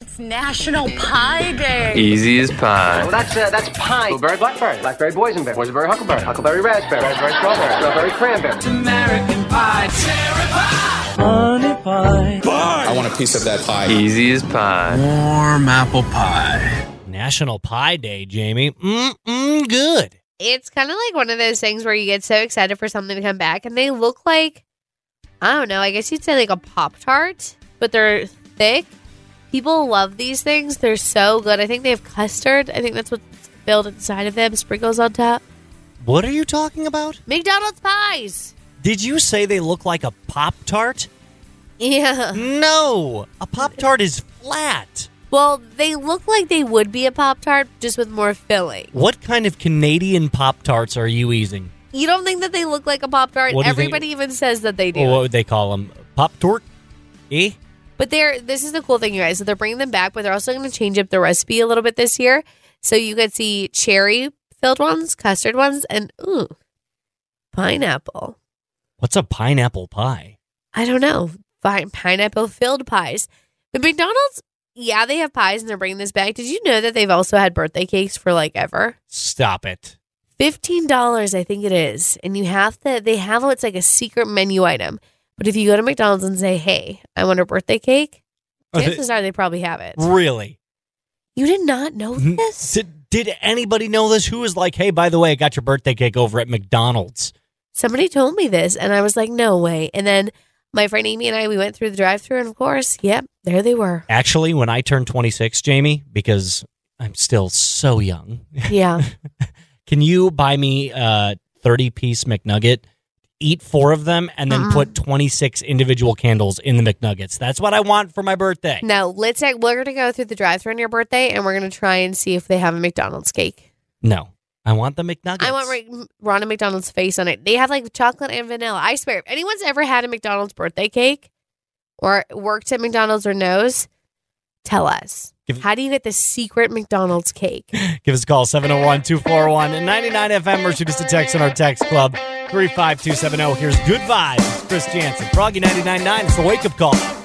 It's National Pie Day. Easy as pie. Well, that's uh, that's pine. Blueberry, blackberry, blackberry, boysenberry, boysenberry, huckleberry, huckleberry, raspberry, raspberry, strawberry, strawberry, cranberry. I want a piece of that pie. Easy as pie. Warm apple pie. National Pie Day, Jamie. Mm-mm, good. It's kind of like one of those things where you get so excited for something to come back, and they look like I don't know. I guess you'd say like a pop tart, but they're thick. People love these things. They're so good. I think they have custard. I think that's what's filled inside of them. Sprinkles on top. What are you talking about? McDonald's pies. Did you say they look like a Pop Tart? Yeah. No, a Pop Tart is flat. Well, they look like they would be a pop tart, just with more filling. What kind of Canadian Pop Tarts are you eating? You don't think that they look like a pop tart? What do you think- Everybody even says that they do. Or what would they call them? Pop Tart? Eh? But they're this is the cool thing, you guys. So they're bringing them back, but they're also going to change up the recipe a little bit this year. So you could see cherry filled ones, custard ones, and ooh, pineapple. What's a pineapple pie? I don't know, fine pineapple filled pies. But McDonald's, yeah, they have pies, and they're bringing this back. Did you know that they've also had birthday cakes for like ever? Stop it. Fifteen dollars, I think it is, and you have to. They have what's like a secret menu item. But if you go to McDonald's and say, "Hey, I want a birthday cake," Are they- chances are they probably have it. Really? You did not know N- this? Did, did anybody know this? Who was like, hey, by the way, I got your birthday cake over at McDonald's? Somebody told me this, and I was like, no way. And then my friend Amy and I, we went through the drive through, and of course, yep, there they were. Actually, when I turned 26, Jamie, because I'm still so young, Yeah. can you buy me a 30 piece McNugget, eat four of them, and then Mm-mm. put 26 individual candles in the McNuggets? That's what I want for my birthday. now, let's, act- we're going to go through the drive through on your birthday, and we're going to try and see if they have a McDonald's cake. No, I want the McNuggets. I want Ra- Ronald McDonald's face on it. They have like chocolate and vanilla. I swear, if anyone's ever had a McDonald's birthday cake or worked at McDonald's or knows, tell us. Give- How do you get the secret McDonald's cake? Give us a call, 701 241 99FM, or shoot us a text in our text oh. club, 35270. Here's Good Vibes. It's Chris Jansen. Froggy 999. It's the wake up call.